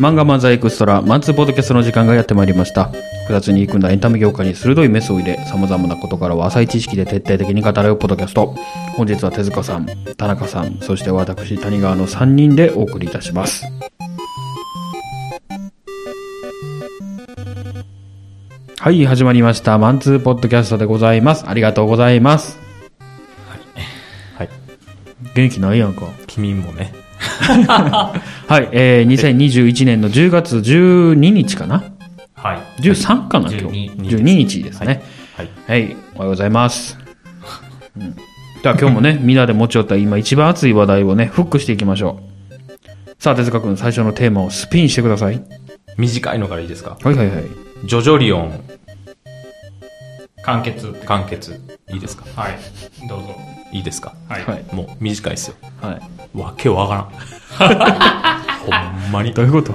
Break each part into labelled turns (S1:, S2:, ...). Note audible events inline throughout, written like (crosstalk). S1: 漫画漫才エクストラマンツーポッドキャストの時間がやってまいりました複雑に組んだエンタメ業界に鋭いメスを入れさまざまなことからは浅い知識で徹底的に語るポッドキャスト本日は手塚さん田中さんそして私谷川の3人でお送りいたしますはい始まりましたマンツーポッドキャストでございますありがとうございます
S2: はい。
S1: 元気ないやんか
S2: 君もね。
S1: はい、えー、2021年の10月12日かな
S2: はい。
S1: 13かな、今日
S2: 12
S1: 12日ですね
S2: はい。
S1: はい、おはようございます、うん、では今日もねみんなで持ち寄った今一番熱い話題をねフックしていきましょうさあ手塚君最初のテーマをスピンしてください
S2: 短いのからいいですか
S1: はいはいはい
S2: ジョジョリオン
S3: 完結って
S2: 完結。いいですか
S3: はいどうぞ
S2: いいですか
S3: はい、
S1: はい
S2: もう短いですよ。
S1: はい
S2: わけわから
S3: (laughs)
S2: ん。ほんまに。
S1: どういうこと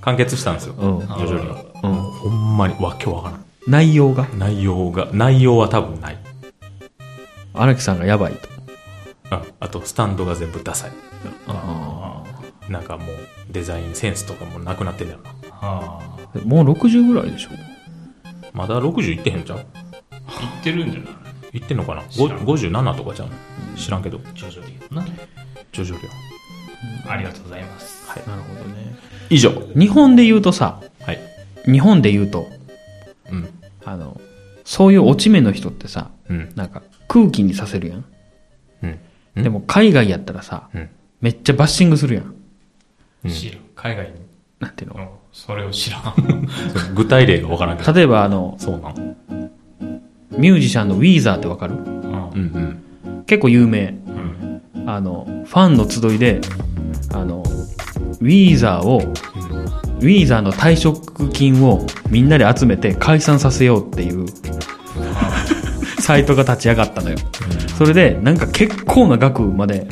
S2: 完結したんですよ。ジ
S1: うん
S2: ョジョリオン。ほんまにわけわから
S1: 内容が
S2: ん。内容が、内容は多分ない。
S1: 荒木さんがやばいと
S2: うん。あと、スタンドが全部ダサい。
S1: あ
S2: なんかもう、デザインセンスとかもなくなってんだよな。
S3: はあ
S1: ーもう60ぐらいでしょ
S2: まだ60いってへんじゃん
S3: 言ってるんじゃない
S2: いってんのかな
S3: 知らん
S2: ご ?57 とかじゃん知らんけど。
S3: 徐々にな
S2: ジョジョリオン。
S3: ありがとうございます
S1: なるほどね
S2: 以上。
S1: 日本で言うとさ
S2: はい。
S1: 日本で言うと
S2: うん。
S1: あのそういう落ち目の人ってさ
S2: うん。
S1: なんか空気にさせるやん
S2: うん。
S1: でも海外やったらさ、
S2: うん
S1: めっちゃバッシングするやん。
S2: うん
S3: 知らん海外に
S1: なんていうの
S3: のそれを知
S1: (laughs)
S3: らん
S2: 具体例がわからんけど。
S1: 例えばあの、
S2: そうなん。
S1: ミュージシャンのウィーザーってわかる
S3: うん
S2: うん
S1: 結構有名。
S3: うん
S1: あの、ファンの集いで、あの、ウィーザーを、ウィーザーの退職金をみんなで集めて解散させようっていう、サイトが立ち上がったのよ。それで、なんか結構な額まで、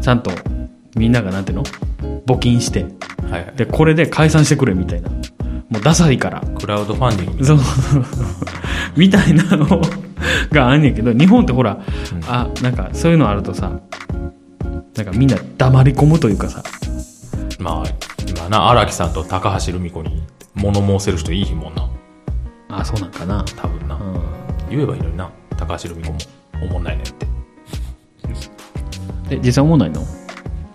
S1: ちゃんとみんながなんていうの募金して、
S2: うん。はいはい。
S1: で、これで解散してくれみたいな。もうダサいから。
S2: クラウドファンディング。
S1: そうそうそうみたいなのがあんねんけど日本ってほら、
S2: うん
S1: あなんかそういうのあるとさなんかみんな黙り込むというかさ
S2: まあ、今な、荒木さんと高橋留美子に物申せる人いいひんもんな。
S1: あそうなんかな、
S2: 多分
S1: う
S2: な。
S1: ん、
S2: 言えばいいのにな。高橋留美子も。おもんないねって。
S1: で実際思わないの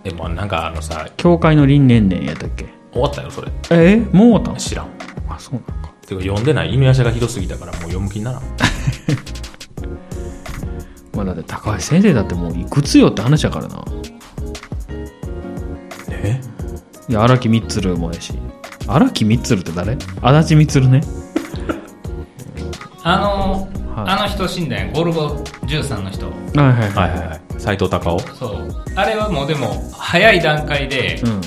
S2: え、まあなんかあのさ、
S1: 教会の輪年々やったっけ
S2: 終わったよ、それ。
S1: えーもう終わっ
S2: 知らん。
S1: たんあそうなんか
S2: てか読んでない犬やしゃがひどすぎたからもう読む気にならん。
S1: まあだって高橋先生だってもういくつよって話やからな
S2: え
S1: いや荒木光つもやし荒木光つって誰足立光ね
S3: あの
S1: はい
S3: あの人死んだやんゴルゴ13の人
S1: はいはいは
S2: はいはいはい。斎藤隆夫
S3: そうあれはもうでも早い段階で
S1: うん、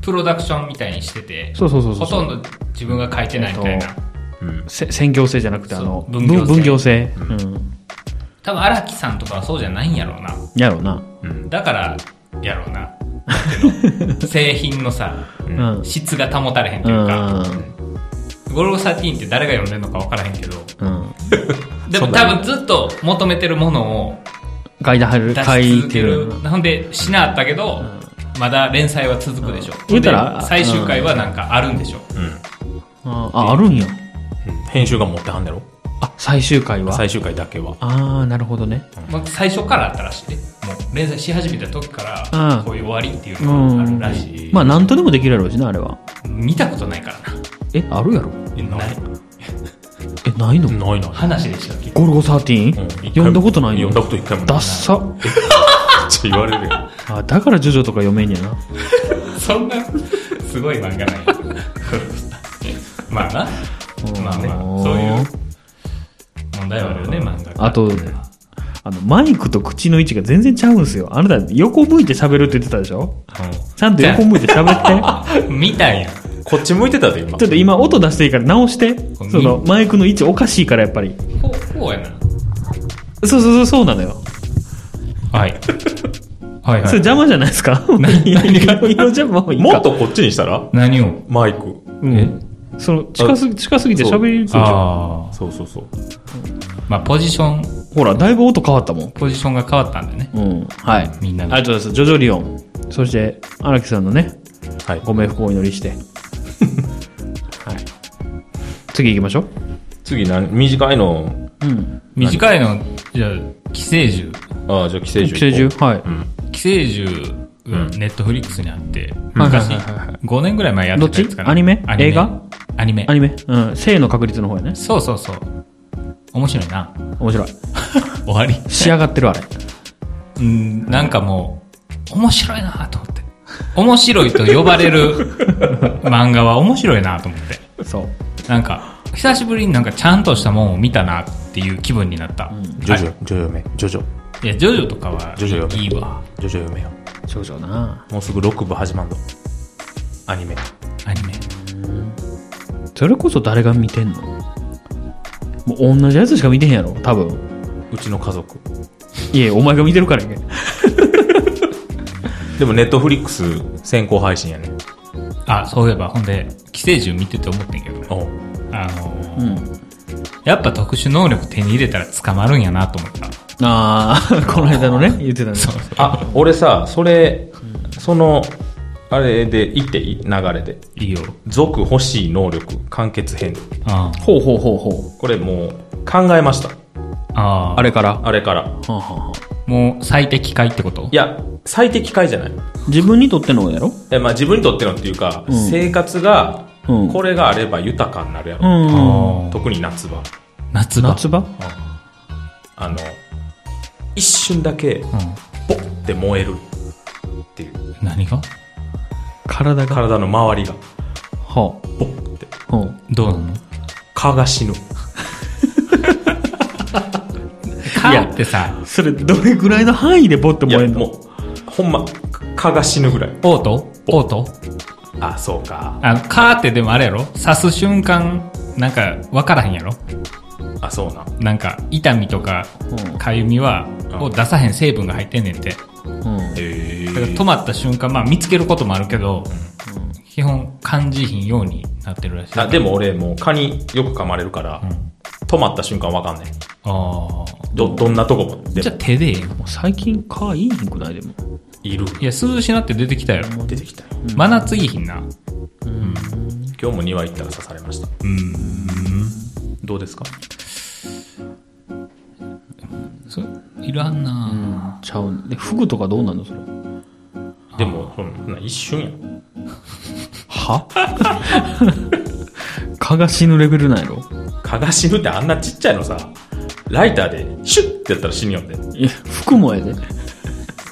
S3: プロダクションみたいにしてて
S1: そうそうそうそう
S3: ほとんど自分が書いてないみたいな、
S1: えっ
S2: うん。
S1: せ専業制じゃなくてあの
S3: そう分業制
S1: 分業制、うん、
S3: 多分荒木さんとかはそうじゃないんやろうな
S1: やろうな。
S2: うん。
S3: だからやろう
S1: (laughs)
S3: ななんていうの製品のさ
S1: うん。うん。
S3: 質が保たれへんというか、ゴルゴ13って誰が読んでるのか分からへんけど、
S1: うん。
S3: で
S2: そ
S3: も
S2: んな
S3: 多
S2: に
S3: 分ずっと求めてるものを
S1: 階段入る、
S3: 出
S1: 階
S3: し
S1: っ
S3: 続
S1: て
S3: け
S1: いう
S3: る
S1: の。
S3: ほんで、しなあったけど、まだ連載は続くでしょ。
S1: 言うたら
S3: で最終回はなんかあるんでしょ。
S2: うん。
S1: ああ、あるんや。
S2: うん編集が持ってはんねやろ
S1: あ、最終回は。
S2: 最終回だけは。
S1: ああ、なるほどね。
S3: まあ、最初からあったらしいで。もう連載し始めた時か
S1: うん
S3: ら、こういう終わりっていうのがあるらしい。
S1: まあ、なんとでもできるやろうしな、あれは。
S3: 見たことないからな。
S1: え、あるやろ
S3: ない
S1: え、ないの
S2: ないない。
S3: 話でしたっけ
S1: ゴルゴ13
S2: うん
S1: 読んだことない
S2: 読
S1: の
S2: んだこと一回もない。
S1: ダッサ。
S2: って言われるよ。
S1: あ、だからジョジョとか読めんやな。
S3: そんな、すごい漫画ない。 (laughs) まあな。まあまあ、そういう問題はあるよね、漫画
S1: あと、あの、マイクと口の位置が全然ちゃうんすよ。あなた、横向いて喋るって言ってたでしょちゃんと横向いて喋って。
S3: 見たやん。
S2: こっち向いてたで、今。
S1: ちょっと今音出していいから直して。
S3: ん
S1: そのマイクの位置おかしいからやっぱり。
S3: こう、こうやな。
S1: そうそうそう、そうなのよ。
S3: はい。はい
S1: それ。邪魔じゃないですか (laughs) 何が邪魔もいいか。
S2: もっとこっちにしたら
S3: 何を
S2: マイク。
S1: うん。その近すぎ、近すぎて喋りにくいじゃん
S3: ああ。
S2: そうそうそう。
S3: まあ、ポジション
S1: ほら、だいぶ音変わったもん。
S3: ポジションが変わったんだね。
S1: うん。はい。
S3: みんなの
S1: ありがとうございます。ジョジョリオン。そして、荒木さんのね、
S2: はい。
S1: ご冥福をお祈り (laughs) して。はい。次行きましょう。
S2: 次何、短いの、
S1: うん。
S3: 短いの、じゃあ、寄生獣。
S2: ああ、じゃあ寄生
S1: 寄生
S2: 獣。
S1: 獣はい。
S3: 寄生獣がネットフリックスにあって、
S1: はいはい
S3: 昔、
S1: はいはい
S3: 5年ぐらい前やってたやつか
S1: どっ
S3: な。
S1: ちアニメ映画
S3: アニメ
S1: ア。ニメうん。性の確率の方やね。
S3: そうそうそう。面白いな。
S1: 面白い。
S3: 終わり。
S1: 仕上がってるあれ。
S3: うん、なんかもう、面白いなと思って。面白いと呼ばれる
S1: (laughs)
S3: 漫画は面白いなと思って。
S1: そう。
S3: なんか、久しぶりになんかちゃんとしたもんを見たなっていう気分になった。
S2: ジョジョ、ジョジョ嫁、ジョジョ、
S3: いや、ジョジョとかは
S2: ジョジョ嫁。
S3: いいわ。。
S2: ジョジョ嫁よ。
S1: 少々な
S2: もうすぐ6部始まんの。アニメ。
S3: アニメ。
S1: それこそ誰が見てんのもう同じやつしか見てへんやろ多分。
S2: うちの家族。
S1: いえ、お前が見てるからやけん。
S2: でも、ネットフリックス先行配信やね。
S3: あ、そういえば、ほんで、寄生獣見てて思ってんけど、
S2: おう
S3: あのー
S1: うん。
S3: やっぱ特殊能力手に入れたら捕まるんやなと思った。
S1: ああ、 (laughs) この間のね、言ってたね。
S3: そう
S2: あ、俺さ、それ、その、あれで行っていい、流れで。
S3: いいよ。
S2: 族欲しい能力、完結編。
S3: あ
S1: ほうほうほうほう。
S2: これもう、考えました。
S3: あ
S1: あれから。は
S2: あれから。
S1: あはあはあ
S3: もう最適解ってこと
S2: いや、最適解じゃない。
S1: 自分にとってのやろ
S2: えまあ、自分にとってのっていうか、
S1: うん
S2: 生活が、
S1: うん
S2: これがあれば豊かになるや
S1: う
S2: ろ、
S1: ん。
S3: あー
S2: 特に夏場
S3: 夏場。
S1: 夏場
S2: あの一瞬だけ
S3: う。
S2: ボッて燃えるっていうん
S3: 何が
S1: 体が。
S2: 体の周りが
S1: は
S2: ボッて
S1: あ。うん。
S3: どうなの
S2: 蚊が死ぬ
S1: い
S3: 蚊
S1: や
S3: ってさ、
S1: それ、どれぐらいの範囲でボッと
S2: い
S1: 燃え
S2: や
S1: んの
S2: もうほんま蚊が死ぬぐらい
S3: オートオート
S2: あそうか
S3: あの、蚊ってでもあれやろ刺す瞬間、なんか分からへんやろ
S2: あそうな
S3: なんか痛みとか
S1: うん
S3: かゆみは、
S2: うん
S3: を出さへん成分が入ってんねんて。
S1: うん。
S2: へ
S3: だから止まった瞬間、まあ見つけることもあるけど、基本感じひんようになってるらしい。
S2: あでも俺もう蚊によく噛まれるから、
S3: ん
S2: 止まった瞬間わかんない
S3: あ
S2: どどんなとこも
S3: あ。
S2: で
S3: じゃ
S2: も
S3: あ手でええやん
S1: もう最近、蚊いいひんくないでも。
S2: いる
S3: いや、涼しなって出てきたよ。
S2: 出てきたよ
S3: 真夏いいひんな。
S2: 今日も庭行ったら刺されました
S3: うん。
S2: どうですか
S3: そいらんな
S1: ちゃうんで、フグとかどうなんのそれ。
S2: でも、そんな一瞬やん。
S1: は (laughs) 蚊が死ぬレベルなんやろ
S2: 蚊が死ぬってあんなちっちゃいのさ、ライターでシュッてやったら死ぬよんで。
S1: いや、服もやで。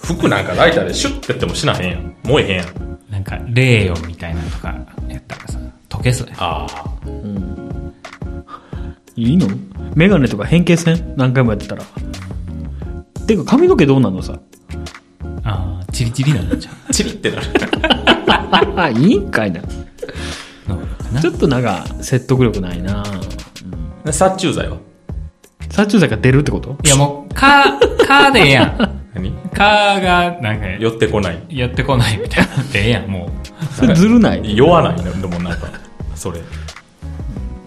S2: 服なんかライターでシュッてやっても死なへんやん。燃えへんやん。
S3: なんか、霊よみたいなのとかやったらさ、溶けそうや。
S2: ああ。
S1: いいのメガネとか変形せん何回もやってたら。てか髪の毛どうなんのさ。
S3: ああ、チリチリなんじゃ
S2: チリってなる。
S3: (laughs)
S1: あ、 (laughs) いいんかいな。
S3: う。能力な
S1: ちょっとなんか説得力ないな
S2: 殺虫剤は
S1: 殺虫剤が出るってこと
S3: いやもう、か、かでええやん。 (laughs)
S2: 何
S3: かが、なんか、
S2: 寄ってこない。
S3: やってこないみたいなってええやん、も
S1: それずるない。
S2: 酔わないのでもなんか、それ。
S3: う。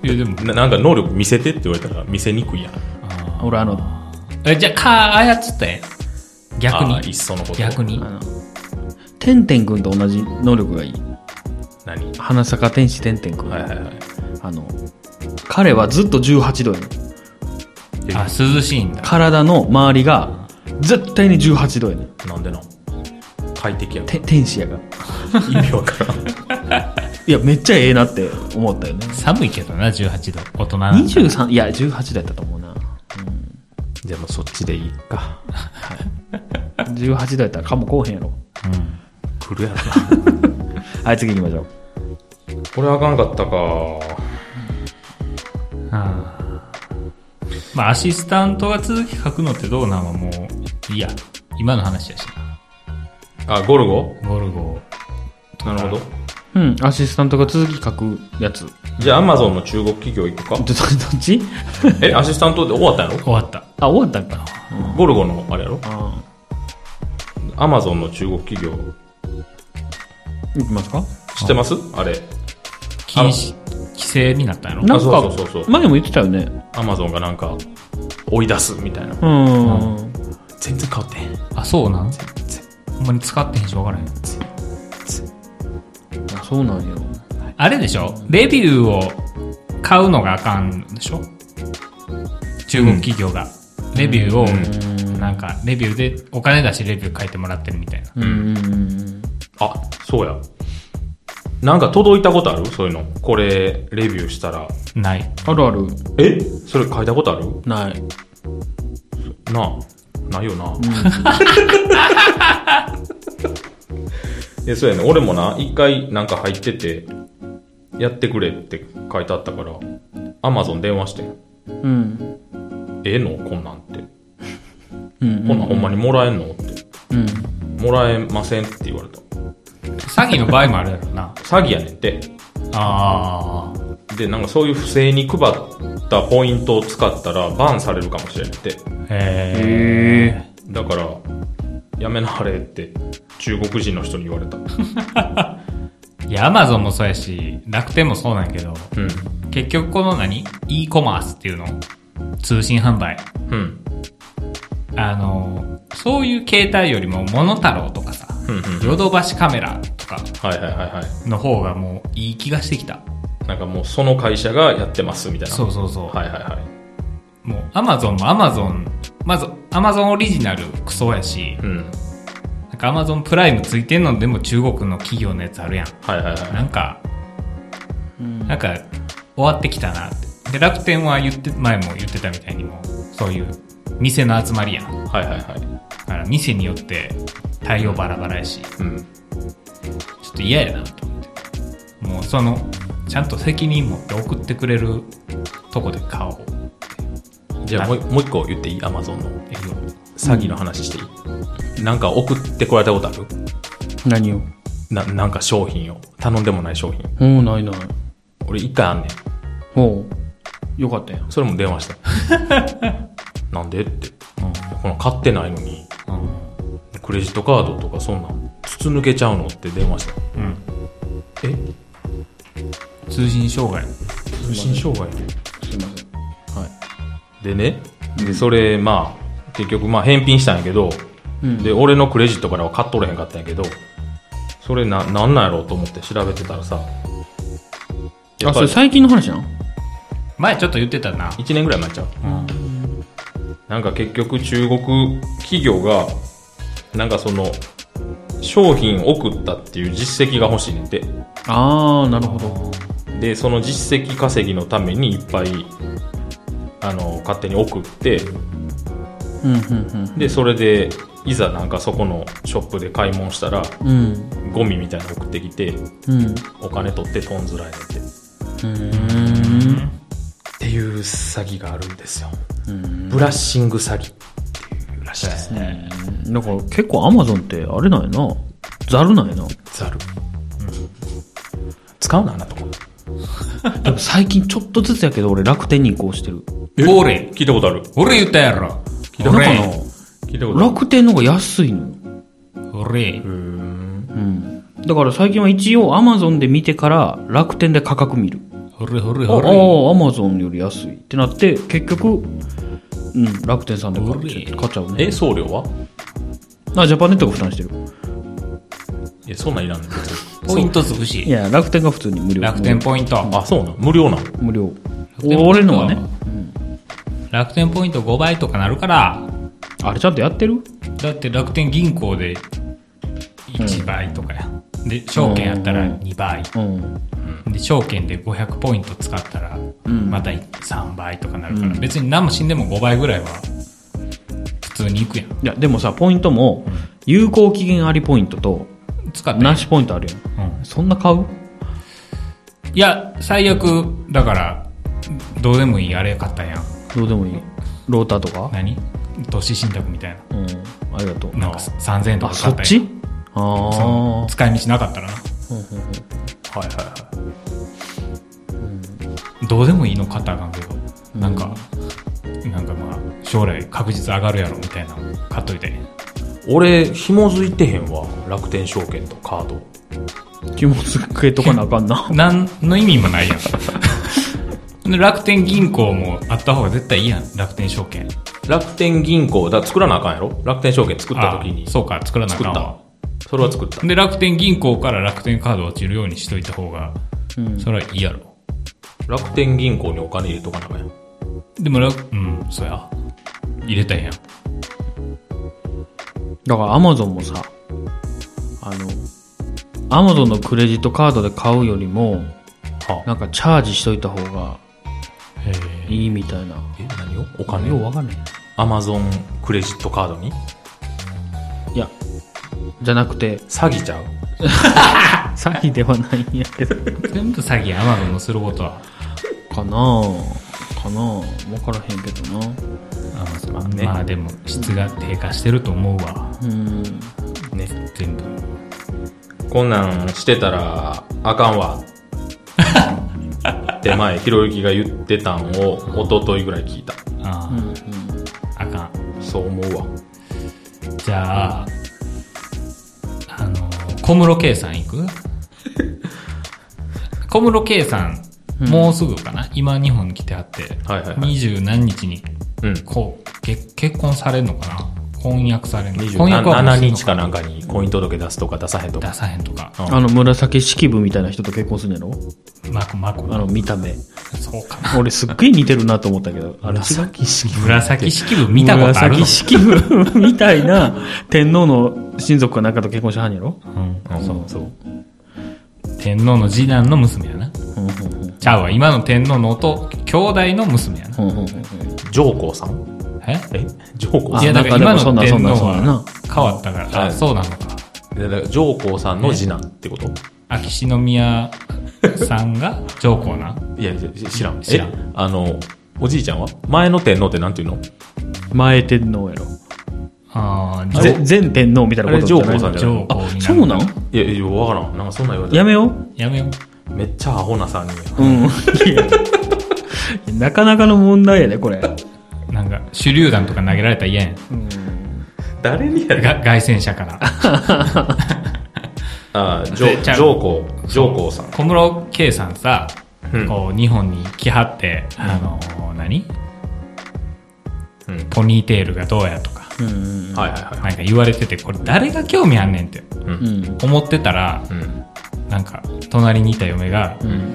S3: いや、でも、
S2: ななんか能力見せてって言われたら見せにくいやん。
S1: 俺あの、あ
S3: え、じゃあ、か操ったらええやん。逆
S2: ああい
S3: に
S2: っ。そのこと。
S3: 逆。に。
S1: の、てんてんくんと同じ能力がいい。
S2: 何
S1: 花坂天使てんてんくん。
S2: はいはいはい。
S1: あの、彼はずっと18度やねん
S3: あ、涼しいんだ。
S1: 体の周りが絶対に18度やねん
S2: なんでなん快適やん。
S1: て天使やが
S2: (laughs) 意味わからん。
S1: いやめっちゃええなって思ったよね
S3: 寒いけどな、18度。大人な。
S1: 23いや18度やったと思うな
S2: じゃあもうそっちでいいか。
S1: 18度やったらかもこうへんやろ
S3: うん。
S2: 来るやろな。
S1: はい次行きましょう
S2: これあかんかったか。
S3: あーまあ、アシスタントが続き書くのってどうなんはもう、いいや。今の話やし
S2: あ、ゴルゴ
S3: な。ゴルゴ。
S2: なるほど。
S1: うんアシスタントが続き書くやつど
S2: じゃあ、アマゾンの中国企業行くか (laughs)
S1: どどっち
S2: え、アシスタントで終わったんやろ
S3: 終わった。
S1: あ終わったんか
S2: ゴルゴのあれやろ
S1: あ
S2: アマゾンの中国企業。
S1: 行きますか
S2: 知ってますあれ。
S3: 禁止、規制になったんやろ
S1: なんか
S2: そうそうそうそう
S1: 前も言ってたよね
S2: アマゾンがなんか、追い出すみたいな
S1: うん。
S2: 全然変わってへん
S3: あ、そうなんほんまに使ってへんし分からへん。
S1: あそうなんよ。
S3: あれでしょレビューを買うのがあかんでしょ中国企業が。レビューを、なんか、レビューで、お金出してレビュー書いてもらってるみたいな。
S1: うんうんうん。
S2: あそうやなんか届いたことあるそういうのこれレビューしたら
S3: ない。
S1: あるある。
S2: えそれ書いたことある
S1: ない。
S2: なあないよな、 (laughs) えそうやね俺もな一回なんか入っててやってくれって書いてあったからアマゾン電話して
S1: うん。
S2: ええのこんなんって
S1: うん。
S2: こんなんほんまにもらえんのって
S1: うん。
S2: もらえませんって言われた
S3: 詐欺の場合もあるやろな。
S2: 詐欺やねんって
S3: ああ。
S2: でなんかそういう不正に配ったポイントを使ったらバンされるかもしれんって
S3: へえ。
S1: え
S2: だからやめなはれって中国人の人に言われた
S3: いや、アマゾンもそうやし、楽天もそうなんやけど、
S2: うん
S3: 結局この何 ?e コマースっていうの通信販売。
S2: うん
S3: あの、そういう携帯よりも、モノタロウとかさ、
S2: うんうん
S3: ヨドバシカメラとか
S2: はいはいはいはい
S3: の方がもういい気がしてきた。
S2: なんかもうその会社がやってますみたいな。
S3: そうそうそう。
S2: はいはいはい。
S3: もう、アマゾンもアマゾン、まず、アマゾンオリジナルクソやし、
S2: うん。
S3: なんかアマゾンプライムついてんのでも中国の企業のやつあるやん。
S2: はいはいは
S3: なんか、なんか、終わってきたなって。で、楽天は言って、前も言ってたみたいにもう、そういう、店の集まりやん。
S2: い。はいはいは
S3: だから、店によって、対応バラバラやし、
S2: い。うん。
S3: ちょっと嫌やなと思って。もう、その、ちゃんと責任持って送ってくれるとこで買おう。
S2: じゃあもうもう一個言っていいアマゾンの詐欺の話していい、なんか送ってこられたことある
S1: ー。何を
S2: ななんか商品を。頼んでもない商品。
S1: おう、ないない。
S2: 俺一回あんねん。
S1: おう。よかったやん。
S2: それも電話した。
S3: (laughs)
S2: なんでって。この買ってないのに、クレジットカードとかそんなん、筒抜けちゃうのって電話した。
S3: うん。
S2: え
S3: 通信障害。
S2: 通信障害
S1: すいません。はい。
S2: でね、でそれ、まあ、結局、まあ、返品したんやけど、
S1: うん
S2: で、俺のクレジットからは買っとれへんかったんやけど、それな、なんなんやろうと思って調べてたらさ、や
S1: あ、そ
S2: っ
S1: れ
S2: ぱり
S1: 最近の話なの
S3: 前ちょっと言ってたな。
S2: 1年ぐらい前ちゃう。なんか結局、中国企業が、なんかその、商品送ったっていう実績が欲しいねんて。
S1: あー、なるほど。
S2: で、その実績稼ぎのためにいっぱい、あの、勝手に送って、
S1: うん、うん、
S2: で、それで、いざなんかそこのショップで買い物したら、
S1: うん。うん。
S2: ゴミみたいなの送ってきて
S1: うん。
S2: お金取ってとんずらいねんてっ
S1: うん。
S2: ていう詐欺があるんですよ
S1: うん。
S2: ブラッシング詐欺っていうらしいですね
S1: だから結構アマゾンってあれなんやな。ざるなんやな。
S2: ざる、使うなあなとこ
S1: でも最近ちょっとずつやけど俺楽天に移行してる。
S3: ボーレ
S2: 聞いたことある
S3: 俺言ったやろ。
S1: だからな
S2: 聞いたことある
S1: 楽天の方が安いのよ。
S3: 俺。
S2: うーん
S1: うん。だから最近は一応アマゾンで見てから楽天で価格見る。
S3: 俺、俺、
S1: ああ
S3: 俺。
S1: ー、アマゾンより安いってなって、結局、うん、楽天さんで買っちゃう買っちゃうね。
S2: え送料は
S1: あ、ジャパネットが負担してる。
S2: えそんなんいら (laughs) んねん別に
S3: ポイントつく
S1: い
S3: し。
S1: や、楽天が普通に無料。
S3: 楽天ポイント。
S2: あそうなん無料なん
S1: 無料。
S3: 楽天ポイント
S1: 俺のはね。
S3: 楽天ポイント5倍とかなるから、
S1: あれちゃんとやってる
S3: だって楽天銀行で1倍とかや。で、証券やったら2倍。
S1: うん。
S3: で、証券で500ポイント使ったら、また3倍とかなるから、別に何も死んでも5倍ぐらいは、普通にいくやん。
S1: いや、でもさ、ポイントも、有効期限ありポイントと、
S3: 使って。
S1: なしポイントあるやん。そんな買う
S3: いや、最悪、だから、どうでもいいあれ買ったやん。
S1: どうでもいい。ローターとか
S3: 何投資信託みたい
S1: うん。ありがとう
S3: な。。なんか3000円と
S1: あ、
S3: か
S1: そ
S3: 買っ
S1: ったち
S3: やんそ
S1: あ
S3: の使い道なかったらな。
S2: はいはいは
S3: どうでもいいの買ったらあかんけど、なんか、なんかまあ、将来確実上がるやろみたいなの買っといて。
S2: い俺紐づいてへんわ楽天証券とカード
S1: あ。気もつけとかなあかんな。
S3: なんの意味もないやん。
S2: (laughs)
S3: で楽天銀行もあった方が絶対いいやん。楽天証券。
S2: 楽天銀行、だから作らなあかんやろ楽天証券作った時に。
S3: あそうか、作らなあ
S2: 作
S3: か
S2: っ
S3: んわ
S2: た。それは作った。
S3: で、楽天銀行から楽天カード落ちるようにしといた方が、それはいいやろ。
S2: 楽天銀行にお金入れとかなあかんやん。
S3: でも楽、うん、そうや。入れたんやん。
S1: (laughs) だからアマゾンもさ、あの、アマゾンのクレジットカードで買うよりも、
S2: はあ
S1: なんかチャージしといた方が
S3: へ
S1: いいみたいな。
S2: え、何をお
S1: あ
S2: 金
S1: よ
S2: を
S1: うわかんない。
S2: アマゾンクレジットカードに
S1: いや、じゃなくて、
S2: 詐欺ちゃう
S1: (laughs) 詐欺ではないんやけど。
S3: え。全部詐欺、アマゾンのすることは。
S1: かなぁ。かなぁ。わからへんけどな。
S3: まあ、
S2: ね
S3: まあでも、質が低下してると思うわ。
S1: うん。
S2: ね。
S3: 全部。
S2: こんなんしてたらあかんわ。って前、ひろゆきが言ってたんを一昨日ぐらい聞いた。
S3: ああ、あかん。
S2: そう思うわ。
S3: じゃあ、あの、小室圭さん行
S2: (laughs)
S3: く小室圭さん、もうすぐかな今日本に来てあって、
S2: はいはいはい
S3: 二十何日に
S2: うん。
S3: こう結結婚されんのかな婚約されんの婚約はもう
S2: 27
S3: するの
S2: 日かなんかに婚姻届出すとか出さへんと
S3: 出
S2: か。
S3: さへんとか、
S1: あの、紫式部みたいな人と結婚するんやろ
S3: マコマコ
S1: あの、見た目。
S3: そうかな。
S1: 俺すっげえ似てるなと思ったけど、あれ違う
S2: 紫式
S3: 紫式部見たことあるの
S1: 紫、式部みたいな天皇の親族かなんかと結婚しはんやろ
S3: うん、
S2: 部。そうそう。
S3: 天皇の次男の娘やな。
S1: うんうんうん
S3: ちゃうわ、今の天皇の弟、兄弟の娘やな。
S1: うんうんうん
S2: 上皇さん
S3: え
S2: え上皇
S1: あ
S3: い
S2: さ
S3: や、だから
S1: な
S3: 今
S1: んかでもそ
S3: の天
S1: んな
S3: 皇
S1: そんなそんな
S3: は変わったから、
S2: はい
S3: あ、そうなのか。
S2: んいやだから上皇さんの次男ってこと
S3: 秋篠宮さんが上皇な。
S2: いや、いや知らん。
S3: 知らん
S2: え。あの、おじいちゃんは前の天皇ってなんていうの
S1: 前天皇やろ
S3: ああ、
S1: ぜ前天皇みたいなことじゃない
S2: あれ上皇さんじゃない
S3: 上皇
S1: あ
S3: にな
S1: そ
S3: る
S1: うなん
S2: いや、いや、わからん。なんかそんなん言われた
S1: やめよう
S3: やめよう。
S2: らめっちゃアホな3人や。
S1: うんい (laughs) やなかなかの問題やねこれ
S3: なんか、手榴弾とか投げられたら嫌やん。
S2: 誰にや
S3: が凱旋
S1: (laughs)
S3: 者から。
S2: あー上
S3: でちゃう
S2: 上皇、上皇さん。
S3: 小室圭さんさ、
S2: うん
S3: こう、日本に来はって、あのー何
S2: うん
S3: ポニーテールがどうやとか、
S1: うん
S2: はいはいは
S3: なんか言われてて、これ誰が興味あんねんって
S1: うん
S3: 思ってたら、
S2: い。うん。
S3: なんか、隣にいた嫁が、
S1: うん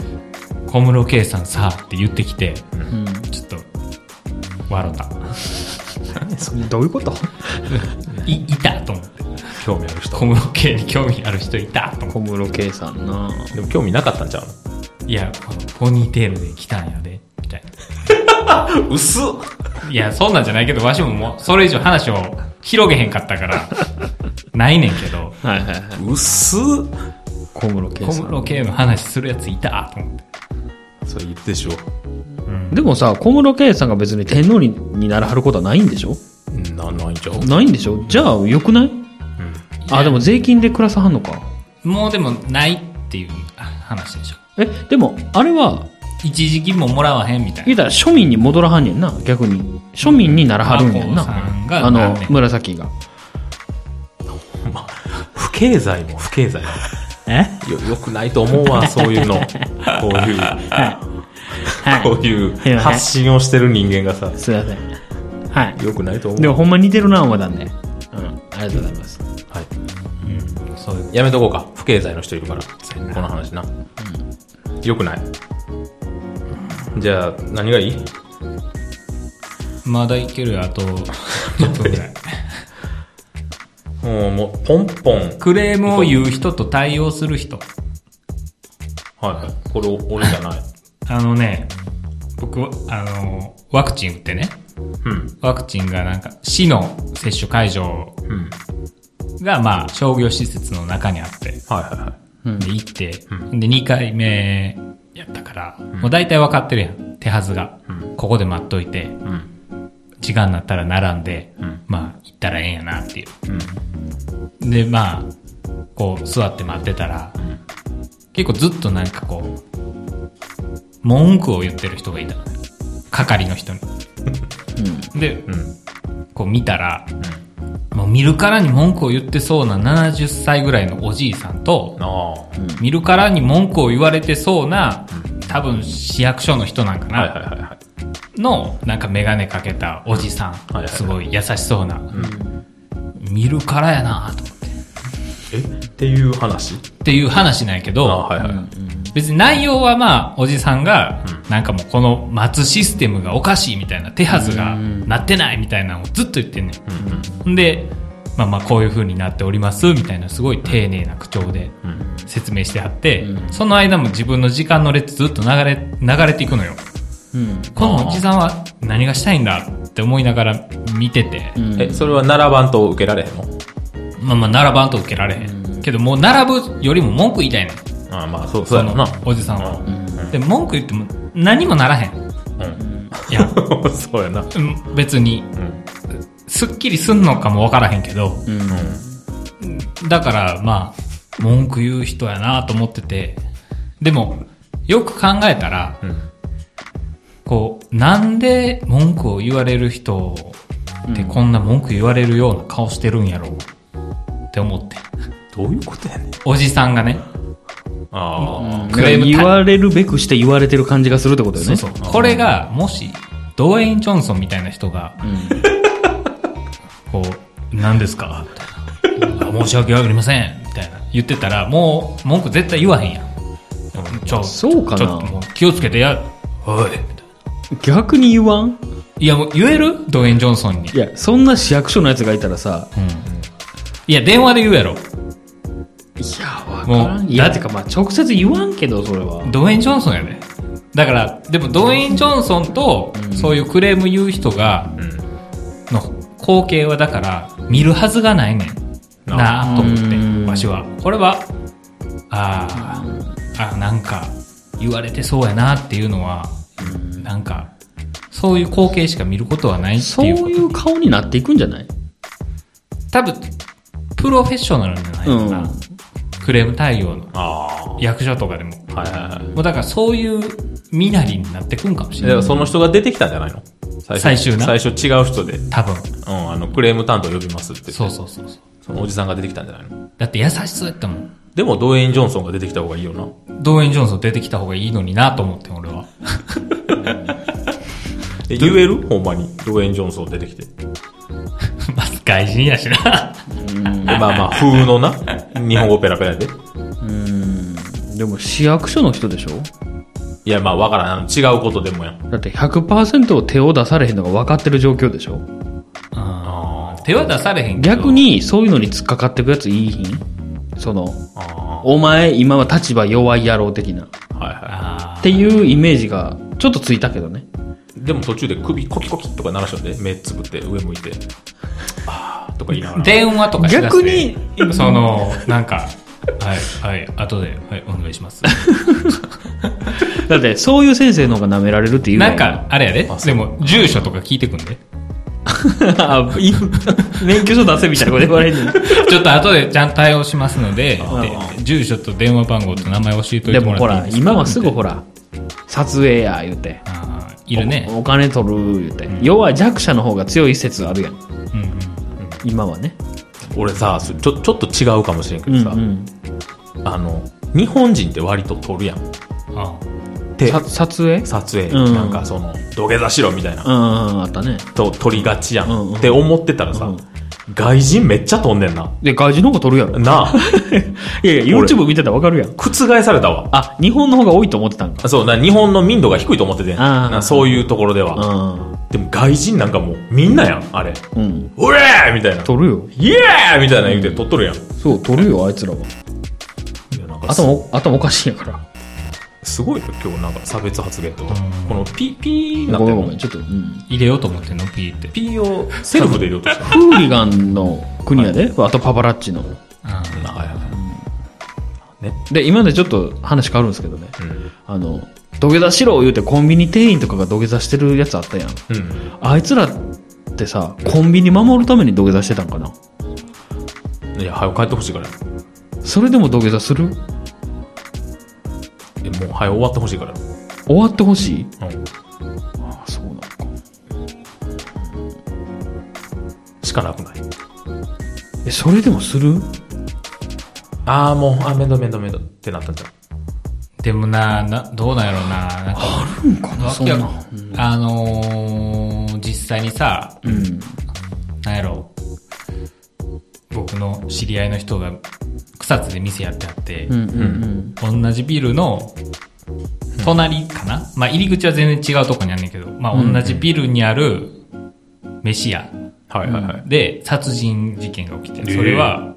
S3: 小室圭さんさ、って言ってきて、
S1: うん
S3: ちょっと、笑った。
S1: どういうこと
S3: い、いたと思って。
S2: 興味ある人。
S3: 小室圭に興味ある人いたと思っ
S1: 小室圭さんな
S2: でも興味なかったんちゃう
S3: て。いや、このポニーテールで来たんやで、みたいな。
S2: の薄っ
S3: いや、そんなんじゃないけど、わしももう、それ以上話を広げへんかったから、ないねんけど、
S1: はいはいはい
S2: 薄っ
S1: 小室
S3: 小
S1: 圭さん
S3: 室圭の話するやついたと思って。
S2: それ言ってしょ。
S1: でもさ小室圭さんが別に天皇ににならはることはないんでしょ
S2: うんな、ないんちゃう
S1: ないんでしょじゃあよくないあでも税金で暮らさはんのか
S3: もうでも、ないっていう話でしょ。
S1: えでもあれは
S3: 一時期ももらわへんみたい
S1: 言
S3: な。
S1: うたら庶民に戻らはんねんな逆に庶民にならはるんやん
S3: 眞子さん
S1: な
S3: が
S1: あ
S3: なん
S1: の
S3: ねん
S1: 紫が
S2: 不経済も不経済も。
S1: (laughs) え
S2: よ、よくないと思う
S1: (laughs)
S2: わ、そういうの。こういう、こう
S1: すい
S2: いう
S1: ません
S2: 発信をしてる人間がさ、
S1: すいませんはい
S2: よくないと思
S1: で
S2: う。
S1: もほんま似てるな思ったんで、うん、ありがとうございます
S2: はい。
S3: そういう。
S2: やめとこうか。不経済の人いるから。この話な。よくない。じゃあ、何がいい
S3: まだいけるよ、あ (laughs) と、10分ぐらい。
S2: もう、もう、ポンポン。
S3: クレームを言う人と対応する人。
S2: はいはい。これ、俺じゃない。
S3: あのね、僕、あの、ワクチン打ってね、
S2: うん。
S3: ワクチンがなんか、市の接種会場
S2: うん。
S3: が、まあ、商業施設の中にあって、
S2: はいはいはい。
S3: で、行って、で、2回目やったから、もう大体分かってるやん。手はずが。ここで待っといて、
S2: うん。
S3: 時間になったら並んで、
S2: ん
S3: まあ、行ったらええんやなっていう。で、まあ、こう、座って待ってたら、結構ずっとなんかこう、文句を言ってる人がいたのね。係の人に。で、
S2: うん。
S3: こう見たら、もう見るからに文句を言ってそうな70歳ぐらいのおじいさんと、
S2: ああ。
S3: 見るからに文句を言われてそうな多分市役所の人なんかな、
S2: はいはいはいはい。
S3: のなんか眼鏡かけたおじさん、
S2: いはいはい
S3: すごい優しそうな、見るからやなと思ってっ
S2: えっていう話
S3: ていう話なんやけ
S2: あ
S3: ど、
S2: はいはい。
S3: 別に内容はまあおじさんがなんかもうこの待つシステムがおかしいみたいな手はずがなってないみたいなのをずっと言ってんねん、ん、でまあまあこういう風になっておりますみたいなすごい丁寧な口調で
S2: うん
S3: 説明してあって、その間も自分の時間の列ずっと流れ流れていくのよ
S1: うん
S3: このおじさんは何がしたいんだって思いながら見てて、
S1: うん
S2: え、それは7番と受けられへんの
S3: まあまあ並ばんと受けられへん、けどもう並ぶよりも文句言いたいねん
S2: あまあ、そう、そう
S3: そ
S2: やろな
S3: の。おじさんは、
S2: う
S3: で文句言っても何もならへん
S2: ん。
S3: いや
S2: うん (laughs) そうやな。
S3: うん別に
S2: うん。
S3: すっきりすんのかもわからへんけど
S1: うん
S3: だからまあ文句言う人やなと思っててでもよく考えたら
S2: うん。
S3: こうなんで文句を言われる人ってこんな文句言われるような顔してるんやろうって思って
S2: どういうことやねん。
S3: おじさんがね
S2: あ
S1: うん
S3: クレーム
S1: 言われるべくして言われてる感じがするってことよ
S3: そう
S1: ね。
S3: そうこれがもしドウェイン・ジョンソンみたいな人がこう、何ですかみたいな。申し訳ありません。みたいな。言ってたら、もう、文句絶対言わへんやん。ちょ、
S1: そうかな
S3: ちょっともう気をつけてや、おい。みたいな
S1: 逆に言わん
S3: いや、もう言えるドウェイン・ジョンソンに。
S1: いや、そんな市役所のやつがいたらさ、
S3: うんいや、電話で言うやろ。
S1: いや、わ
S3: からん
S1: いや、てかまあ直接言わんけど、それは。
S3: ドウェイン・ジョンソンやで。だから、でもドウェイン・ジョンソンと、そういうクレーム言う人が、
S2: あ。うん。
S3: の光景はだから見るはずがないねん
S2: な
S3: なあと思っ
S1: うん
S3: てわしはこれはあーあなんか言われてそうやなっていうのはなんかそういう光景しか見ることはないって
S1: そう
S3: いうこと
S1: いう顔になっていくんじゃない
S3: 多分プロフェッショナルじゃないかな、
S1: うん
S3: クレーム対応の
S2: あ
S3: 役所とかでも
S2: あ。はいはいはい。
S3: もうだからそういう身なりになってくんかもし
S2: だか
S3: れな
S2: ら
S3: い
S2: その人が出てきたんじゃないの
S3: 最終な
S2: 最初違う人で。うん、
S3: 多分
S2: あの、クレーム担当呼びますって。
S3: そうそうそうそう
S2: そのおじさんが出てきたんじゃないの
S3: だって優しそうやったもん
S2: でも、ドウェイン・ジョンソンが出てきた方がいいよな。
S3: ドウェイン・ジョンソン出てきた方がいいのになと思って俺は (laughs)
S2: え言えるほんまに。ドウェイン・ジョンソン出てきて。え
S3: まず外人やし
S1: (laughs)
S3: な。
S2: まあまあ、風のな。日本語ペラペラで。
S1: でも市役所の人でしょ
S2: いや、まあ、わからんあの。違うことでもやん。
S1: だって100%手を出されへんのが分かってる状況でしょ
S2: あ
S3: 手は出されへんけど。
S1: 逆。にそういうのに突っかかってくやついいひんその、
S2: あ。あ
S1: お前今は立場弱い野郎的な。
S2: あ。はいはい。
S3: あ
S1: っていうイメージがちょっとついたけどね。
S2: でも途中で首コキコキとか鳴らしたんで、目つぶって上向いて、あーとか言いなが
S3: あ
S2: ら。
S3: 電話とかしだ
S1: 逆に、
S3: その、なんか、はい、はい、後で、はい、お願いします。
S1: だってそういう先生の方が舐められるっていうのは
S3: なんか、あれやで。でも、住所とか聞いてくんで。
S1: あい (laughs) 免許証出せみたいなこと言われる
S3: ちょっと後でちゃんと対応しますので、
S2: ー
S3: で住所と電話番号と名前教えとい
S1: で
S3: て
S1: も
S3: もら
S1: ほ
S3: っ
S1: ら
S3: ていいですか
S1: 今はすぐほら撮影や言うて
S3: あーいるね。
S1: おお金取る言うて、弱い弱者の方が強い説あるやん
S3: うんうん。
S1: 今はね
S2: 俺さ、そちょ、ちょっと違うかもしれんけどさ、
S1: うん
S2: あの、日本人って割と撮るやん。
S3: あ
S1: うん
S2: 手
S1: さ撮影うん
S2: 撮影、
S1: うん
S2: なんかその、土下座しろみたいな、
S1: あったね
S2: と撮りがちやん、
S1: うんうん
S2: って思ってたらさ、
S1: うん
S2: 外人めっちゃ撮んねんな。
S1: で外人の方が撮るやろ
S2: なあ、
S1: (laughs) いやいや YouTube 見てたらわかるやん
S2: 覆されたわ。
S1: あ日本の方が多いと思ってたんか
S2: そう、な日本の民度が低いと思っててん
S1: あー
S2: なそういうところでは。でも外人なんかもうみんなやん、あれ。
S1: うんうん
S2: おれーみたいな。
S1: 撮るよ
S2: イエーイみたいな言うて撮っとるやん。
S1: そう撮るよあいつらはい
S2: やなんか
S1: 頭お頭おかしいんやから
S2: すごいよ今日なんか差別発言とか、このピーピーなっ
S1: ごめ
S2: てる
S1: んごめ
S2: の
S1: んちょっと、うん、
S3: 入れようと思ってんのピーって。
S2: ピーをセルフで入れようとした
S1: フーリガンの国やで、あとパパラッチの
S3: あー
S2: のはいはいね
S1: で今までちょっと話変わるんですけどね
S2: うん
S1: あの土下座しろ言うてコンビニ店員とかが土下座してるやつあったやん
S2: うん
S1: あいつらってさコンビニ守るために土下座してたんかない
S2: や早く帰ってほしいから
S1: それでも土下座する
S2: えもう早く終わってほしいから
S1: 終わってほしい
S2: うん
S1: ああそうなのか
S2: しかなくない
S1: えそれでもする
S2: ああもうあ面倒面倒面倒ってなったんじゃん
S3: でもな、などうなんやろうな。なんか
S1: あるんかなそんなん。
S3: あのー、実際にさ、
S1: うん。
S3: なんやろ僕の知り合いの人が草津で店やってあって、
S1: うんうん
S3: 同じビルの隣かな、まあ入り口は全然違うとこにあんねんけど、まあ同じビルにある飯屋
S2: はいはいはい。
S3: で殺人事件が起きて、
S2: ええ
S3: それは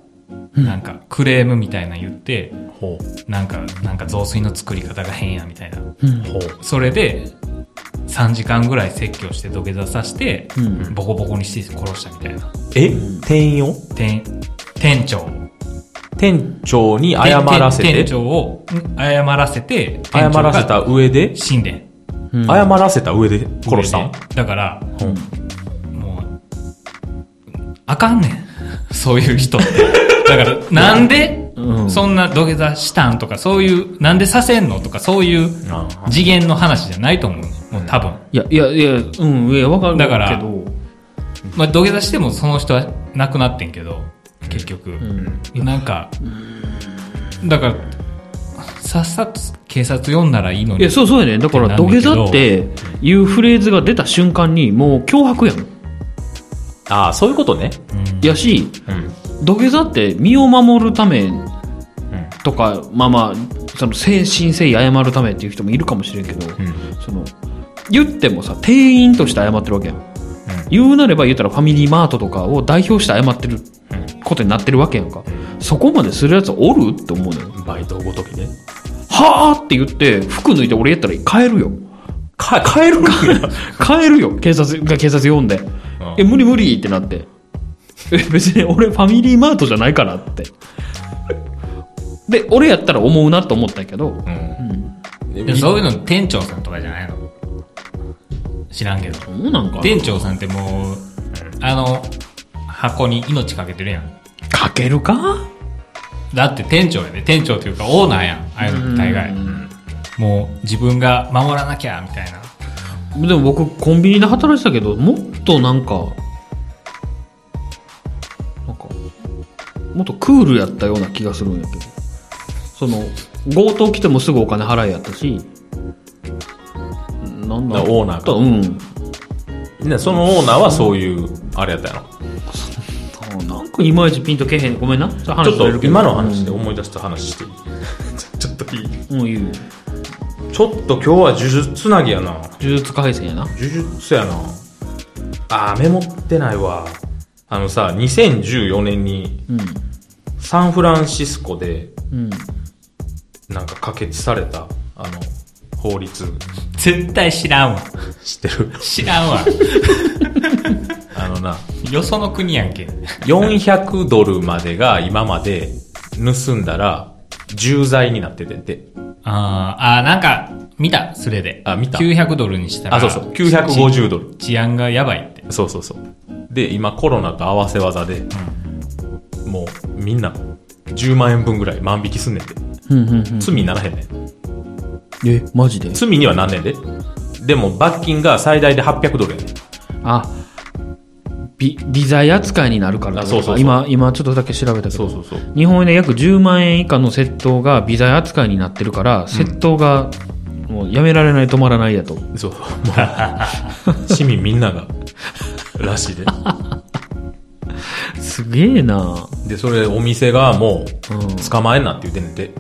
S3: なんかクレームみたいなの言って、
S2: ほ
S3: なんか、なんか雑炊の作り方が変やみたいな。
S1: うん。
S2: う。ほう。
S3: それで、3時間ぐらい説教して土下座させて、
S1: うん
S3: ボコボコにして殺したみたいな。
S2: え店員を
S3: 店、店長。
S2: 店長に謝らせ
S3: 店
S2: て
S3: 店長をん謝らせて、
S2: 謝らせた上で、
S3: 死んでん。
S1: うん。
S2: 謝らせた上で殺したん
S3: 上でだから、
S1: うん
S3: もう、あかんね (laughs) ん。そういう人って。だから、なんで、
S1: うん
S3: そんな土下座したんとか、そういう、なんでさせんのとか、そういう
S2: ああ
S3: 次元の話じゃないと思うねん。もう多分。
S1: いや、いや、いや、うん、いや、わかる
S3: だから
S1: けど、
S3: まあ、土下座してもその人は亡くなってんけど、結局。なんか、だから、さっさと警察呼んだらいいの
S1: い
S3: に
S1: や、。そうそうやね。だから、
S3: って
S1: 土
S3: なん
S1: 下
S3: だけど
S1: 座っていうフレーズが出た瞬間に、もう脅迫やん。
S2: ああ、そういうことね。
S1: やし、
S2: うん。
S1: 土下座って身を守るためとか、まあまあ、その精神誠意謝るためっていう人もいるかもしれんけど、その、言ってもさ、店員として謝ってるわけやん。言うなれば言ったらファミリーマートとかを代表して謝ってることになってるわけやんか。そこまでするやつおるって思うのよ。
S2: うん。バイトごときね。
S1: はあって言って、服抜いて俺やったら帰るよ。
S2: か、帰るんや。
S1: (laughs) 帰るよ警察が警察呼んで
S2: ああ
S1: 「え無理無理」ってなって「え別に俺ファミリーマートじゃないから」ってで俺やったら思うなと思ったけど
S2: うん
S3: でもそういうの店長さんとかじゃないの知らんけど。
S1: そうなんか
S3: 店長さんってもう、あの、箱に命かけてるやん。
S1: かけるか
S3: だって店長やで、店長というかオーナーやん。ああいうの大概。もう自分が守らなきゃ、みたいな。
S1: でも僕コンビニで働いてたけどもっとなんかなんかもっとクールやったような気がするんやけどその強盗来てもすぐお金払いやったしなんだ
S2: だからオーナーが
S1: うん
S2: ねそのオーナーはそういう、あれやったやろ。
S1: あなんかいまいちピンとけへんごめんなちょ
S2: ちょっと今の話で思い出した話していいちょっといい
S1: もう言うよ
S2: ちょっと今日は呪術つなぎやな。
S1: 呪術廻戦やな
S2: 呪術やな。あー、メモってないわ。あのさ、2014年に
S1: うん
S2: サンフランシスコで
S1: うん
S2: なんか可決された、あの、法律
S3: 絶対知らんわ。
S2: 知ってる
S3: 知らんわ。
S2: あのな、
S3: よその国やんけ。
S2: 400ドルまでが今まで盗んだら重罪になっててて。
S3: あーあー、なんか、見た、それで。
S2: あ見た
S3: 900ドルにしたら。
S2: あ、そうそう。950ドル。
S3: 治。治安がやばいって。
S2: そうそうそう。で、今コロナと合わせ技で、もうみんな10万円分ぐらい万引きすんねんて。
S1: うんうんうん
S2: 罪にならへんねん。
S1: えマジで
S2: 罪にはなんねんで。でも罰金が最大で800ドルやねん。
S1: あビ微罪扱いになるから
S2: あそうそうそう
S1: 今今ちょっとだけ調べたけど
S2: そうそうそう。
S1: 日本円で約10万円以下の窃盗が微罪扱いになってるから、窃盗がもうやめられない止まらないやと
S2: そう。 (laughs) もう市民みんなが、らしいで。
S1: すげえな
S2: で、それお店がも
S1: うん
S2: う、捕まえんなって言ってんねんて。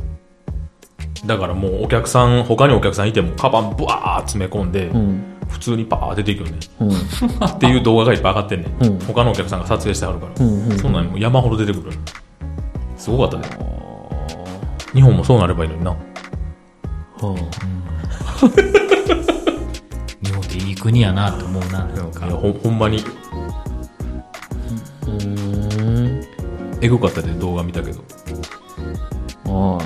S2: だからもうお客さん、他にお客さんいても、カバンブワー詰め込んで
S1: う、ん
S2: 普通にパーって出ていくよねん。 (laughs)
S1: うん
S2: っていう動画がいっぱい上がってんねん、
S1: うん
S2: 他のお客さんが撮影してはるから、
S1: うんうん
S2: そんなんもう山ほど出てくるすごかったね日本もそうなればいいのにな
S1: は
S3: 日本っていい国やなと思うな。なん
S2: いや
S3: か
S2: ほほんまに
S1: あうーん
S2: エグかったで動画見たけど
S1: あ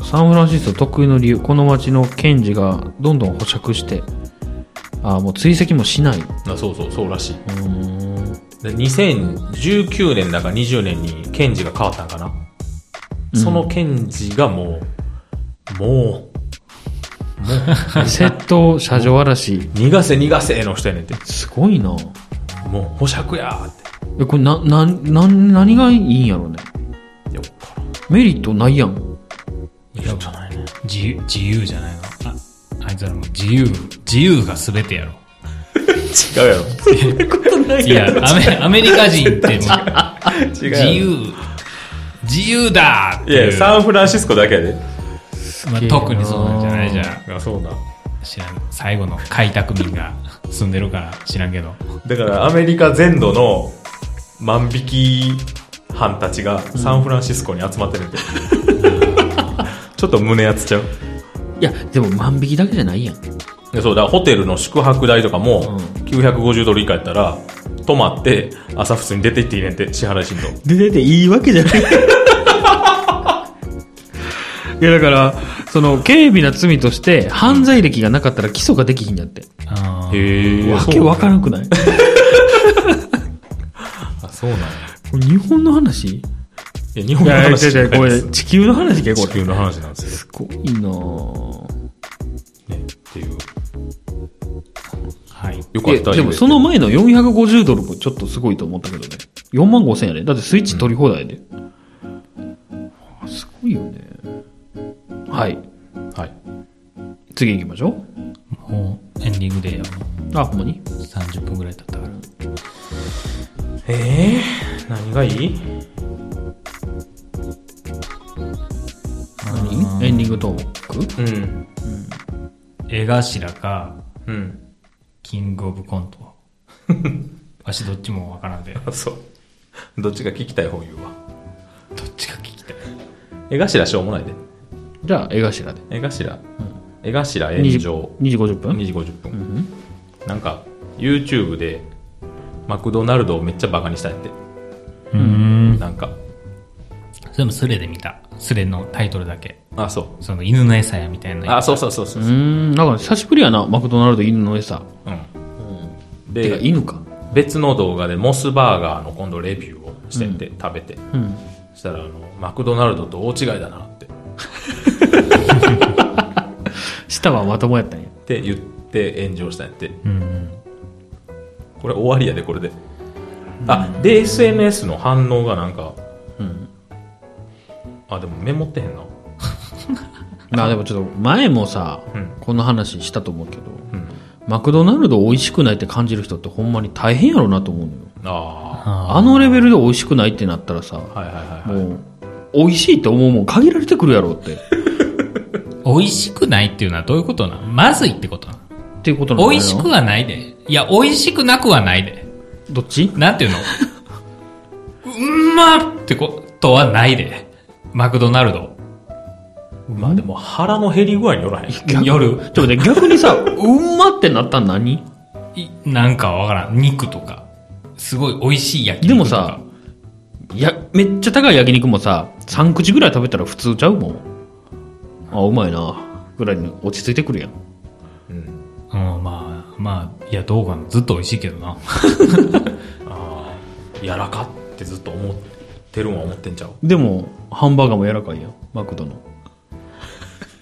S1: あサンフランシスコ得意の理由この町の検事がどんどん保釈してああもう追跡もし (laughs) ない
S2: あそうそうそうらしい
S1: うん
S2: で2019年だか20年に検事が変わったんかな、その検事がもうも
S1: 窃盗車上荒らし
S2: う逃がせ逃がせの人やねんて
S1: すごいな
S2: もう保釈やーって
S1: えこれななな何がいいんやろうね
S2: いやわからん
S1: メリットないやん
S2: いいんじゃないね
S3: 自由、自由じゃないのあ、あいつらも自由、自由が全てやろ。
S2: 違うやろ。 (laughs)
S3: いや、アメアメリカ人ってもう、
S2: (laughs) 違う
S3: 自由、自由だーって
S2: い
S3: いう
S2: や、サンフランシスコだけやで。
S3: まあ、特にそうなんじゃないじゃん。
S2: あそうだ。
S3: 知らん。最後の開拓民が住んでるから知らんけど。
S2: だからアメリカ全土の万引き犯たちがサンフランシスコに集まってるんで、 (laughs) ちょっと胸やつちゃう
S1: いや、でも万引きだけじゃないやん。
S2: でそうだからホテルの宿泊代とか
S1: うん
S2: も950ドル以下やったら泊まって朝普通に出て行っていいねんって支払いしんど
S1: 出てていいわけじゃない (laughs) いやだからその軽微な罪として犯罪歴がなかったら起訴ができひんやって、
S3: あー
S2: へ
S1: わけわからんくない
S2: んそうなんや
S1: 日本の話
S2: いや日
S1: い
S2: 本の
S1: や違う
S2: 話じゃ
S1: 違う
S2: ない
S1: こ
S2: で (laughs)
S1: れ
S2: す
S1: 地球の話けこ
S2: 地
S1: れ
S2: 球の話なんです
S1: すごいなぁ
S2: よ、ね、っていう
S3: はい。
S2: よか
S1: い
S2: っ
S1: や
S2: た
S1: でもその前の450ドルもちょっとすごいと思ったけどね4万5千円やでだってスイッチ取り放題で、あすごいよねはい
S2: はい
S1: 次行きましょ
S3: もうエンディングでよ。
S1: うあほんまに
S3: 30分ぐらい経ったから。
S2: えー、何がいい
S1: 何エンディングトーク
S2: うん
S3: 絵頭か、
S2: うん
S3: キングオブコント。 (laughs) わしどっちもわからんで。ど
S2: あそうどっちが聞きたい方言うわ
S3: っちか聞きたい。
S2: 江頭しょうもないで
S1: じゃあ、絵頭で。
S2: 江頭、江頭炎
S1: 2時
S2: 上
S1: 2時50分
S2: 2時50分、なんか YouTube でマクドナルドをめっちゃバカにしたんやって
S3: うん。
S2: なんか
S3: それもスレで見た。スレのタイトルだけ。
S2: あそ
S3: その犬の餌やみたいうな。
S2: あそうそうそうそう
S1: うーん、なんか久しぶりやな、マクドナルド犬の餌。
S2: うん、
S1: てか、
S2: で
S1: 犬か。
S2: 別の動画でモスバーガーの今度レビューをしてんで、食べて
S1: うん。
S2: そしたらあのマクドナルドと大違いだなって
S1: 舌はまともやったんや。
S2: って言って炎上したんやって
S3: うん。
S2: これ終わりやでこれであで SNS の反応がなんか
S1: うん。
S2: あでもメモってへんな
S1: まあでもちょっと、前もさ、
S2: うん
S1: この話したと思うけど、
S2: うん
S1: マクドナルド美味しくないって感じる人ってほんまに大変やろうなと思うのよ。
S2: あ
S1: あ
S3: あ
S1: のレベルで美味しくないってなったらさ、
S2: あはいはいはいはい
S1: もう、美味しいって思うもん限られてくるやろって。っ
S3: の美味しくないっていうのはどういうことなのまずいってことなの
S1: ていうことなんだよ。
S3: 美味しくはないで。いや、美味しくなくはないで。
S1: どっち
S3: なん
S2: (laughs)
S3: ていうのうんまってことはないで。マクドナルド。
S2: まあでも腹の減り具合によらへん。
S3: 夜、
S1: ちょっとね、逆にさ、うんまってなったん何
S3: いなんかわからん。肉とか。すごい美味しい焼き
S1: で
S3: 肉
S1: も
S3: とか。
S1: さ、や、めっちゃ高い焼肉もさ、3口ぐらい食べたら普通ちゃうもん。あ、うまいな。ぐらいに落ち着いてくるやん。
S2: うん。
S3: うん、まあ、まあ、いや、どうかな。ずっと美味しいけどな。 (laughs)
S2: ああ、やらかってずっと思ってるんは思ってんちゃう。
S1: でも、ハンバーガーも柔らかいやん。マクドの。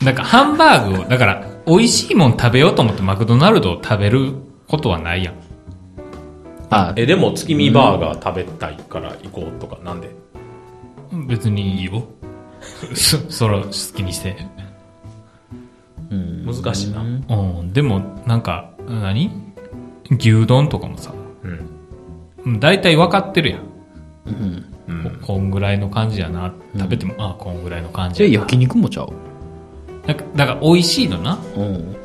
S3: なんか、ハンバーグを、だから、美味しいもん食べようと思ってマクドナルドを食べることはないやん。
S1: あ、
S2: え、でも月見バーガー食べたいから行こうとか、なんで
S3: 別にいいよ。 (laughs) そ、それを好きにして。
S1: うん。
S2: 難しいな。うん。
S3: うん、でも、なんか、何牛丼とかもさ、うん大体分かってるやん。
S1: うん。
S2: うん。
S3: こんぐらいの感じやな。食べても、あこんぐらいの感じ
S1: じゃあ
S3: やな。
S1: 焼肉もちゃう。
S3: なんか、だから、美味しいのな。
S1: うん。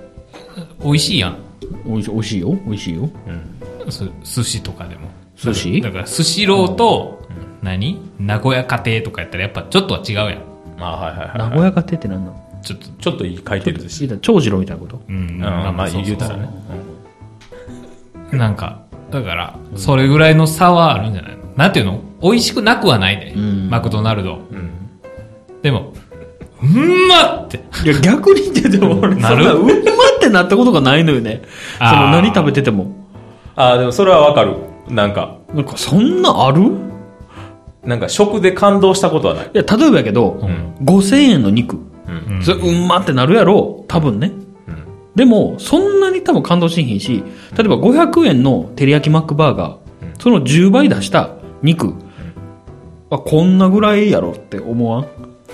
S3: 美味しいやん。
S1: おいし美味しいよ。美味しいよ。
S2: うん。
S3: す寿司とかでも。
S1: 寿司
S3: だから、スシローと、何名古屋家庭とかやったら、やっぱちょっとは違うやん。
S2: まあはいはい
S1: 名
S2: はい。
S1: 古屋家庭って何なの
S3: ちょっと、
S2: ちょっといい回転寿司。
S1: いや長次郎みたいなこと
S3: うん、
S2: うん、まあ
S3: そうそ
S2: 言
S3: う
S2: うた
S3: そ
S2: ら
S3: う
S2: ね。
S3: なんか、だから、それぐらいの差はあるんじゃないのなんていうの美味しくなくはないで、
S1: ん
S3: マクドナルド。
S2: うん。
S3: でも、うんまって。
S1: いや、逆にってでも俺、
S3: なる
S1: そんなうんまってなったことがないのよね。そ
S3: あ
S1: の
S3: ー
S1: 何食べてても。
S2: ああ、でもそれはわかる。なんか、
S1: なんか、そんなある
S2: なんか食で感動したことはない。
S1: いや、例えばやけど、
S2: ん
S1: 5000円の肉。
S2: うん。
S1: それ、うんまってなるやろ多分ね。
S2: うん。
S1: でも、そんなに多分感動しひんし、例えば500円の照り焼きマックバーガー、その10倍出した肉、あ、こんなぐらいやろって思わん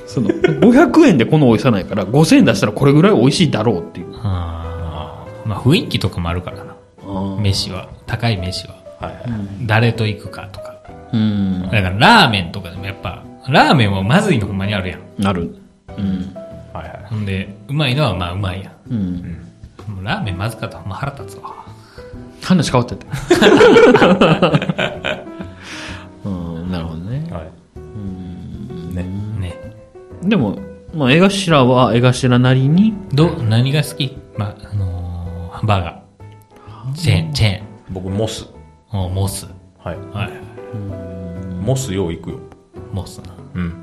S1: その500円でこの美味しさないから5000円出したらこれぐらい美味しいだろうっていう
S3: あーまあ、雰囲気とかもあるからな。飯は、高い飯は。
S2: はいはい。
S3: 誰と行くかとか。
S1: うん
S3: だからラーメンとかでもやっぱ、ラーメンはまずいのほんまにあるやん。
S1: なるうん
S2: はいはい。
S3: ほんで、うまいのはまあうまいやん。
S1: うん
S3: もうラーメンまずかったらほんま腹立つわ。
S1: 話変わってた (laughs) うんなるほどね
S2: はい。
S3: ね。
S1: でも、まあ、江頭は江頭なりに
S3: ど、何が好きまあ、あのーハンバーガー。チェーン、チェーン。
S2: 僕、モス。
S3: おモス。
S2: はい。
S3: はい。
S2: モスよう行くよ。
S3: モスな。
S2: うん。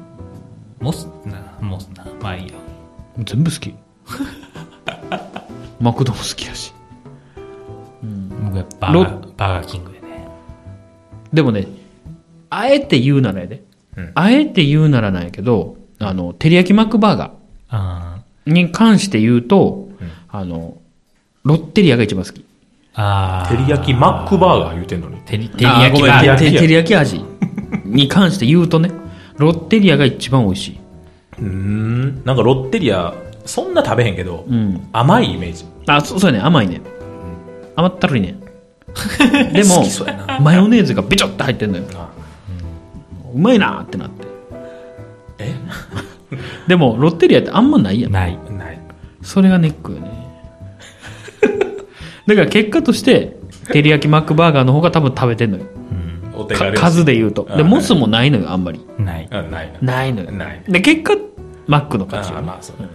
S3: モスな、モスな。まあいいや。
S1: 全部好き (laughs) マクドも好きやし
S3: 僕はバーガー、バーガーキングやね。
S1: でもねあえて言うならやで、
S2: うん
S1: あえて言うならなんやけどあの照り焼きマックバーガ
S3: あ
S1: ーに関して言うと、あのロッテリアが一番好き
S3: ーあ
S2: 照り焼きマックバーガー言うてんのに。
S3: き。照り焼きバ
S2: あ
S3: ー
S2: ーごめ
S3: ガ
S2: ん
S3: ー。
S1: て照り焼き味に関して言うとねロッテリアが一番美味しい、
S2: うーん。なんかロッテリア、そんな食べへんけど、
S1: うん、
S2: 甘いイメージ。
S1: あそうそうやね甘いね甘ったるい
S2: (laughs)
S1: ねでも
S2: 好きそうやな。
S1: マヨネーズがべちょっと入ってんのよ
S2: あ
S1: うまいなーってなって
S2: え
S1: (laughs) でもロッテリアってあんまないやん
S3: ない。
S2: ない。
S1: それがネックよね (laughs) だから結果として照り焼きマックバーガーの方が多分食べてんのよ
S2: お手
S1: か
S2: 軽やし
S1: 数で言うと
S2: あ
S1: でモスもないのよあんまり
S3: ない。
S2: うん、ないな。
S1: ないのよ
S2: ない
S1: で結果マックの
S2: あ
S1: 勝ちよ
S2: ー
S1: ね
S2: まあ、そうだ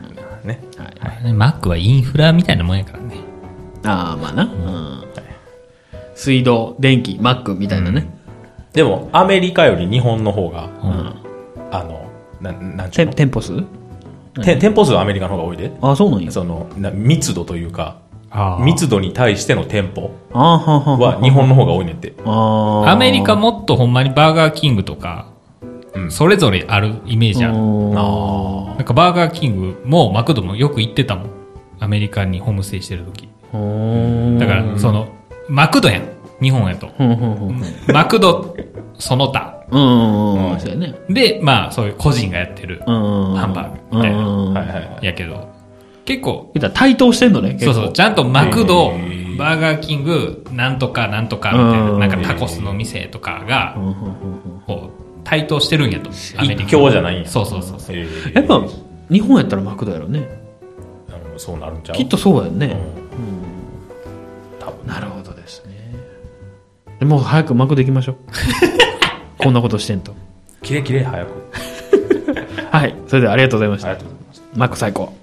S2: ね。
S1: はい
S3: マックはインフラみたいなもんやからね。
S1: ああまあな、うん水道電気マックみたいなね、
S2: でも、アメリカより日本の方が、
S3: うん。
S2: あの、ななんちゅ
S1: 店
S2: うの
S1: 店舗数
S2: て店舗数はアメリカの方が多いで。
S1: ああそうなんや
S2: その、な密度というか、
S3: あー
S2: 密度に対しての店舗
S1: ああはは
S2: は日本の方が多いねんって。
S1: あー
S3: アメリカもっとほんまにバーガーキングとか、
S2: うん
S3: それぞれあるイメージある。
S1: うん
S2: あ
S3: なんかバーガーキングもマクドもよく行ってたもん。アメリカにホームステイしてる時。
S1: うん
S3: だから、その、マクドやん。日本やと。
S1: うんうん
S3: マクド、その他。
S1: うんうんそうやね
S3: で、まあ、そういう個人がやってる
S1: うんうんうん
S3: ハンバーグみたいな
S1: うんうんうん
S2: はいはいはい。
S3: やけど、結構、
S1: 言ったら対等してんのね結
S3: そ
S1: 構
S3: うそう、ちゃんとマクド
S2: へ、ー
S3: バーガーキング、なんとかなんとかみたい
S1: うん
S3: な、なんかタコスの店とか
S1: う
S3: が、
S1: んうんうん
S3: こう、対等してるんやと。アメリカ。
S2: 一強じゃないんや。
S3: そうそうそうそう。
S2: え
S1: うん
S2: ー
S1: やっぱ日本やったらマクドやろね
S2: あのそうなるんちゃう
S1: きっとそうやん
S2: うん
S1: ね、
S2: 多分
S1: なるほどですねでもう早くマクド行きましょうこんなことしてんと
S2: キレキレ早く
S1: はいそれではありがとうございまし
S2: ありが
S1: た
S2: とうございます
S1: マック最高